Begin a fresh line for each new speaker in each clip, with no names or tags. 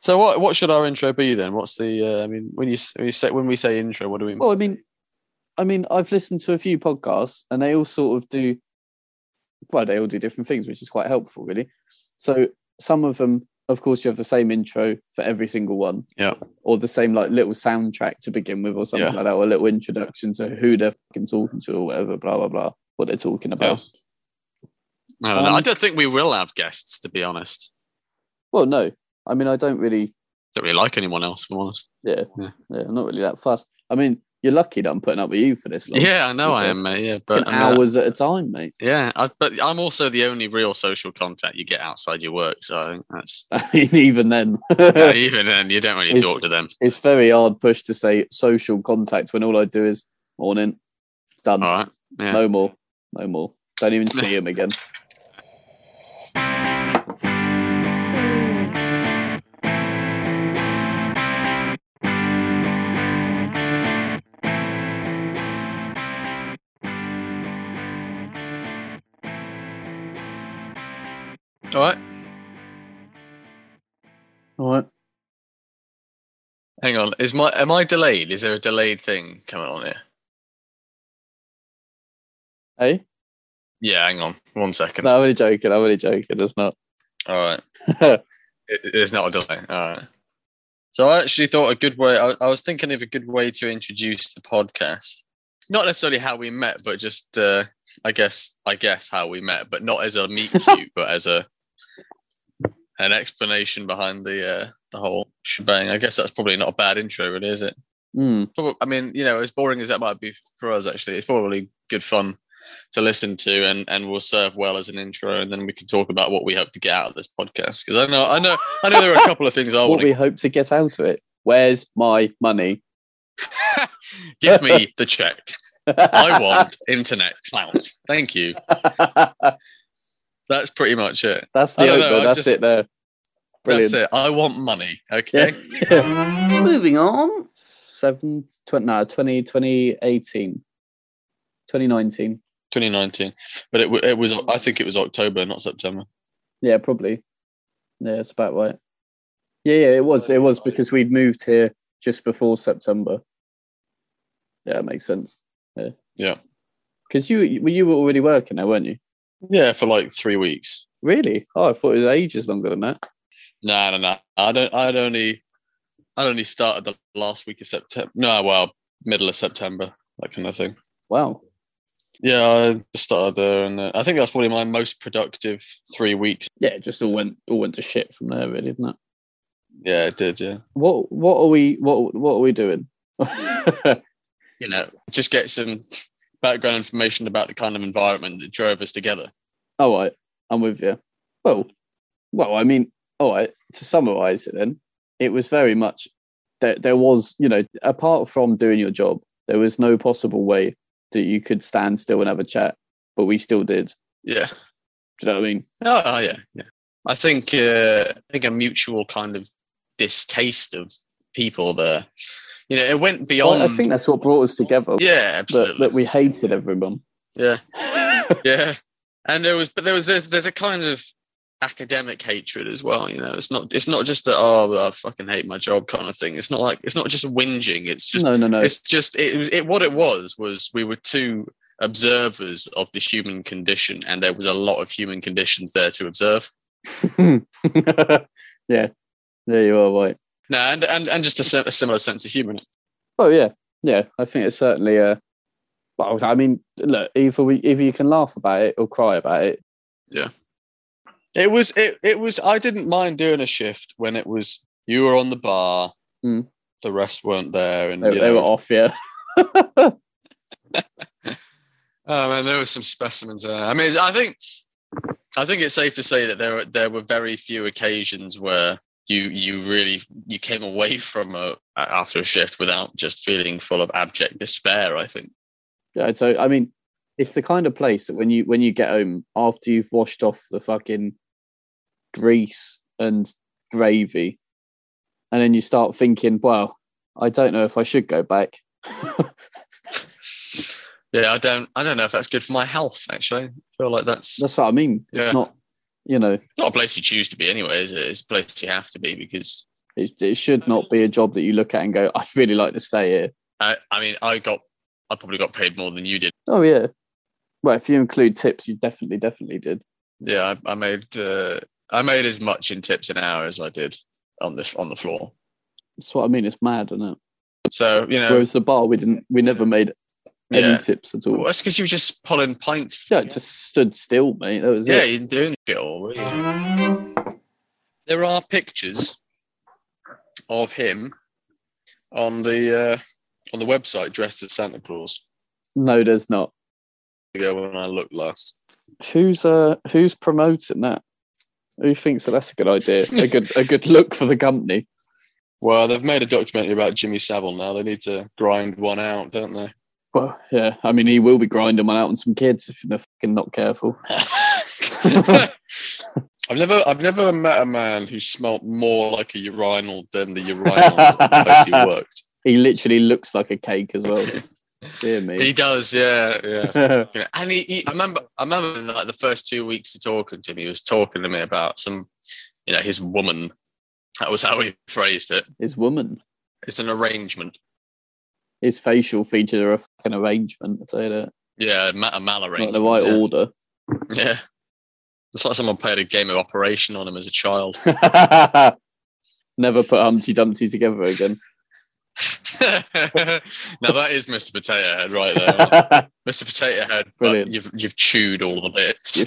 So what what should our intro be then? What's the? Uh, I mean, when you, s- when you say when we say intro, what do we?
Well, I mean, I mean, I've listened to a few podcasts, and they all sort of do. Well, they all do different things, which is quite helpful, really. So some of them, of course, you have the same intro for every single one,
Yeah.
or the same like little soundtrack to begin with, or something
Yeah.
like that, or a little introduction to who they're fucking talking to, or whatever, blah blah blah, what they're talking about.
I don't know.
um,
I don't think we will have guests, to be honest.
Well, no, I mean, I don't really
Don't really like anyone else, if I'm honest.
Yeah,
Yeah.
yeah, I'm not really that fast. I mean, you're lucky that I'm putting up with you for this long.
yeah, I know I
okay.
am, mate. Yeah,
Fucking
but uh, I mean, I-
hours at a time, mate.
yeah, I, but I'm also the only real social contact you get outside your work. So I think that's
I mean, even then,
Yeah, even then you don't really
It's-
talk to them.
it's very hard push to say social contact when all I do is morning, done,
All right. Oh, Yeah.
no more, no more. Don't even see him again.
All right.
All right.
Hang on. Is my am I delayed? Is there a delayed thing coming on here?
Hey,
Yeah. Hang on. One second.
no, I'm only joking. I'm only joking. It's not.
All right. It, it's not a delay. All right. So I actually thought a good way. I, I was thinking of a good way to introduce the podcast. Not necessarily how we met, but just uh, I guess I guess how we met, but not as a meet cute, but as a an explanation behind the uh, the whole shebang. I guess that's probably not a bad intro, really, is it?
Hmm.
probably, I mean, you know, as boring as that might be for us, actually, it's probably good fun to listen to, and and will serve well as an intro, and then we can talk about what we hope to get out of this podcast. Because I know, I know, I know, there are a couple of things I
what
want
we
to
hope to get out of it. Where's my money?
give me the check. I want internet clout. Thank you. That's pretty much it.
That's
I
the
don't know,
opener.
I
That's
just-
it there. Brilliant.
That's it. I want money. Okay.
Moving on. Seven, twen- no, 20, 2018, 2019.
2019, but it, wa- it was. I think it was October, not September.
Yeah, probably. Yeah, it's about right. Yeah, yeah, it was. It was because we'd moved here just before September. Yeah, that makes sense. Yeah.
Yeah.
Because you, you you were already working there, weren't you?
Yeah, for like three weeks.
Really? Oh, I thought it was ages longer than that.
No, no, no. I don't. I'd only, I'd only started the last week of September. No, well, middle of September, that kind of thing.
Wow.
Yeah, I just started there, and uh, I think that's probably my most productive three weeks.
Yeah, it just all went all went to shit from there, really, didn't it?
Yeah, it did. Yeah,
What what are we what what are we doing? yeah,
you know, just get some background information about the kind of environment that drove us together.
All right, I'm with you. Well, well, I mean, all right. To summarise it, then it was very much there. There was, you know, apart from doing your job, there was no possible way that you could stand still and have a chat. But we still did.
Yeah.
Do you know what I mean?
Oh, oh, yeah, yeah. I think uh, I think a mutual kind of distaste of people there. You know, it went beyond.
Well, I think that's what brought us together.
um, yeah, absolutely.
That, that we hated everyone.
yeah. yeah and there was but there was there's there's a kind of academic hatred as well you know it's not it's not just that oh well, i fucking hate my job kind of thing it's not like it's not just whinging it's just
no, no, no.
it's just it was it what it was was we were two observers of the human condition and there was a lot of human conditions there to observe
yeah, there you are, right.
no and and, and just a, sim- a similar sense of humor
Oh yeah, yeah. I think it's certainly a. Well, I mean, look. Either we, either you can laugh about it or cry about it.
It was it it was I didn't mind doing a shift when it was you were on the bar,
Mm.
the rest weren't there, and
They,
you know,
they were off, yeah.
Oh man, there were some specimens there. I mean, I think I think it's safe to say that there were there were very few occasions where you you really you came away from a after a shift without just feeling full of abject despair. I think.
Yeah, so I mean, it's the kind of place that when you when you get home after you've washed off the fucking grease and gravy, and then you start thinking, well, I don't know if I should go back.
Yeah, I don't I don't know if that's good for my health. Actually, I feel like that's
That's what I mean. It's
Yeah.
not, you know,
not a place you choose to be anyway. Is it? It's a place you have to be because
It, it should not be a job that you look at and go, I'd really like to stay here.
I, I mean, I got, I probably got paid more than you did.
Oh, yeah. Well, if you include tips, you definitely, definitely did.
Yeah, I, I made, uh, I made as much in tips an hour as I did on this on the floor.
That's what I mean. It's mad, isn't it?
So you know,
Whereas the bar, we didn't, we never made any
yeah.
tips at all.
Well, that's because you were just pulling pints.
Yeah, it just stood still, mate. That was
Yeah,
it.
you didn't do any shit all, were you? There are pictures of him on the uh, on the website dressed as Santa Claus.
No, there's not.
Ago when I looked last,
Who's uh, who's promoting that? Who thinks that that's a good idea? a good, a good look for the company.
well, they've made a documentary about Jimmy Savile now. They need to grind one out, don't they?
Well, yeah. I mean, he will be grinding one out on some kids if you're fucking not careful.
I've never, I've never met a man who smelt more like a urinal than the urinal of the place he worked.
He literally looks like a cake as well. Dear
He
me.
does, yeah, yeah.
yeah,
You know, and he, he, I remember, I remember in, like the first two weeks of talking to him, he was talking to me about some, you know, his woman. That was how he phrased it.
his woman,
It's an arrangement.
his facial features are a fucking arrangement. I tell you that.
Yeah, ma- a
Not
malarrangement.
the right
yeah.
order.
yeah. It's like someone played a game of Operation on him as a child.
Never put Humpty Dumpty together again.
now that is Mr. Potato Head right there. Mr. Potato Head, but
Brilliant.
you've you've chewed all the bits.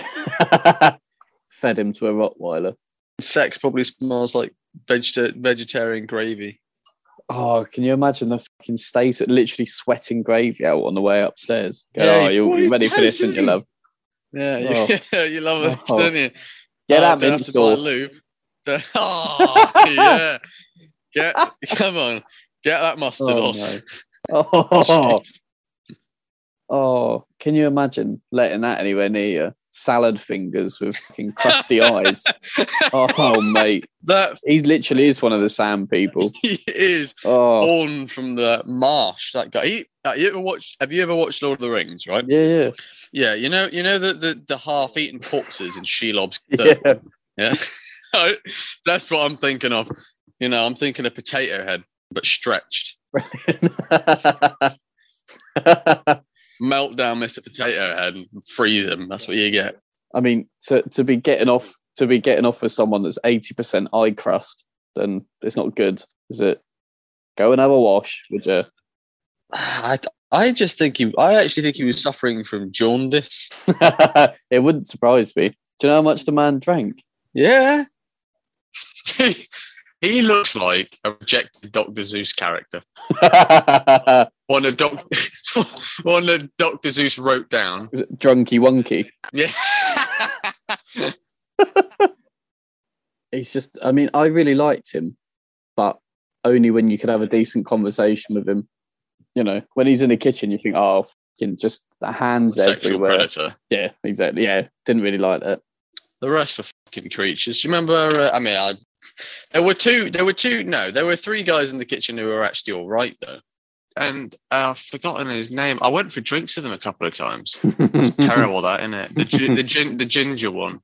Fed him to a Rottweiler.
Sex probably smells like vegeta- vegetarian gravy.
Oh, can you imagine the fucking state of literally sweating gravy out on the way upstairs? Go,
Yeah,
oh, you're
what are you
ready for this, aren't you,
doing?
love?
Yeah, you, you love it,
Oh.
don't you?
Get
Oh,
that
don't
mint
have to buy
sauce.
lube. Don't- Oh, yeah. Get, come on. Get that mustard
Oh,
off.
no. Oh, oh, can you imagine letting that anywhere near you? Salad fingers with fucking crusty eyes. Oh, mate.
That
He literally is one of the Sam people.
is
Oh,
born from the marsh. That guy. He, uh, you ever watched? Have you ever watched Lord of the Rings? Right.
yeah, yeah.
Yeah. You know. You know the the, the half-eaten corpses in Shelob's. dirt?
yeah.
Yeah. That's what I'm thinking of. You know, I'm thinking of potato head, but stretched. Melt down Mr. Potato Head and freeze him. That's what you get.
I mean, to, to be getting off to be getting off with someone that's eighty percent eye crust, then it's not good, is it? Go and have a wash, would you?
I, I just think he, I actually think he was suffering from jaundice.
it wouldn't surprise me. Do you know how much the man drank?
Yeah. he looks like a rejected Dr. Zeus character. One that Doc, one that Dr. Zeus wrote down.
Is it Drunky Wonky.
Yeah.
He's just. I mean, I really liked him, but only when you could have a decent conversation with him. You know, when he's in the kitchen, you think, oh, fucking just the hands
Sexual
everywhere.
predator.
Yeah, exactly. Yeah, didn't really like that.
The rest were fucking creatures. Do you remember? Uh, I mean, I, there were two. There were two. No, there were three guys in the kitchen who were actually all right though, and uh, I've forgotten his name. I went for drinks with him a couple of times. It's terrible, that isn't it? The, gi- the, gin, the ginger one.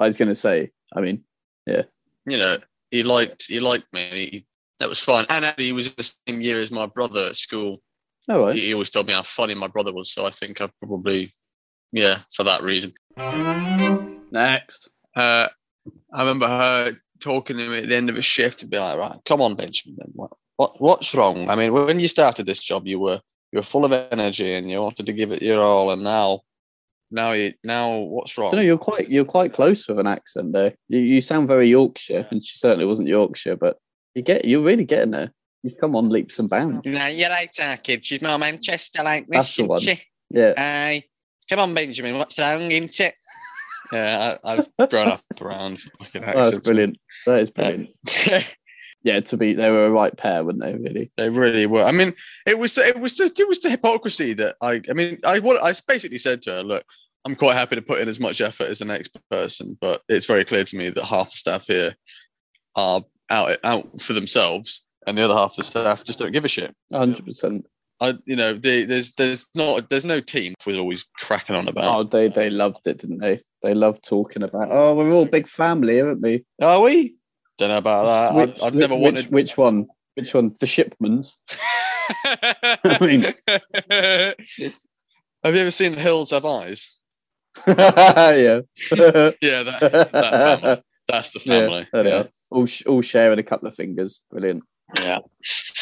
I was going to say. I mean,
You know, he liked he liked me. and He, that was fun. And actually, he was in the same year as my brother at school.
all right.
He, he always told me how funny my brother was. So I think I probably, yeah, for that reason.
Next.
uh, I remember her talking to me at the end of a shift and be like, "Right, come on, Benjamin. Then what, what what's wrong? I mean, when you started this job, you were you were full of energy and you wanted to give it your all, and now now you now what's
I
wrong?
don't know. You're quite you're quite close with an accent there. You, you sound very Yorkshire, and she certainly wasn't Yorkshire, but you get you're really getting there. You've come on leaps and bounds.
no, you're right, our kid. She's more Manchester like this.
Mm. That's the
isn't
one.
she?
Yeah.
Aye. Come on, Benjamin. What's wrong, isn't it? Yeah, I, I've grown up around fucking
Oh, that's
accents.
brilliant. That is brilliant.
brilliant.
Yeah, to be they were a right pair, weren't they? Really.
They really were. I mean, it was the, it was the, it was the hypocrisy that I I mean I what I basically said to her, look, I'm quite happy to put in as much effort as the next person, but it's very clear to me that half the staff here are out out for themselves, and the other half of the staff just don't give a shit.
Hundred percent.
I you know the, there's there's not there's no team we're always cracking on about.
Oh, they they loved it, didn't they? They loved talking about. Oh, we're all big family, aren't we?
Are we? Don't know about that.
which,
Uh, I, I've never
which,
wanted.
which one? Which one? The Shipmans.
I
mean-
have you ever seen The Hills Have Eyes?
yeah.
Yeah, that, that family. That's the family.
there they are. All, sh- all sharing a couple of fingers. Brilliant.
yeah.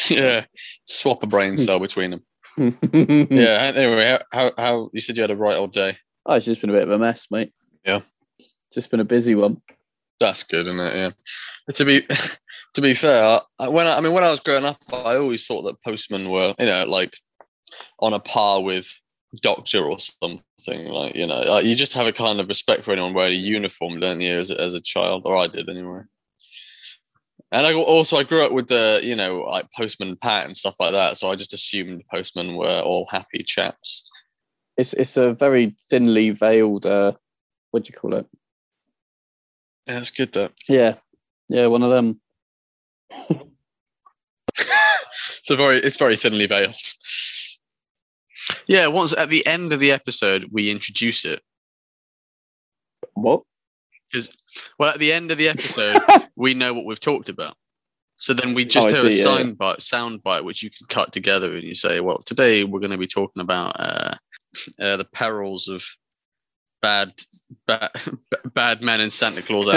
Yeah. Swap a brain cell between them.
yeah.
Yeah. Anyway, how, how how you said you had a right old day?
Oh, it's just been a bit of a mess, mate.
Yeah.
Just been a busy one.
That's good, isn't it? Yeah. But to be to be fair, I, when I, I mean when I was growing up, I always thought that postmen were you know like on a par with doctor or something like you know like you just have a kind of respect for anyone wearing a uniform, don't you? As, a- as a child, or I did anyway. And I also I grew up with the you know like postman Pat and stuff like that, so I just assumed postmen were all happy chaps.
It's it's a very thinly veiled. Uh, what do you call it?
Yeah, that's good though.
Yeah. Yeah, one of them.
so very it's very thinly veiled yeah once at the end of the episode we introduce it
What?
well at the end of the episode we know what we've talked about so then we just
Oh, I
have a
see, yeah,
sound bite sound bite which you can cut together and you say well today we're going to be talking about uh, uh the perils of bad bad bad men in santa claus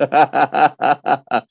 outfits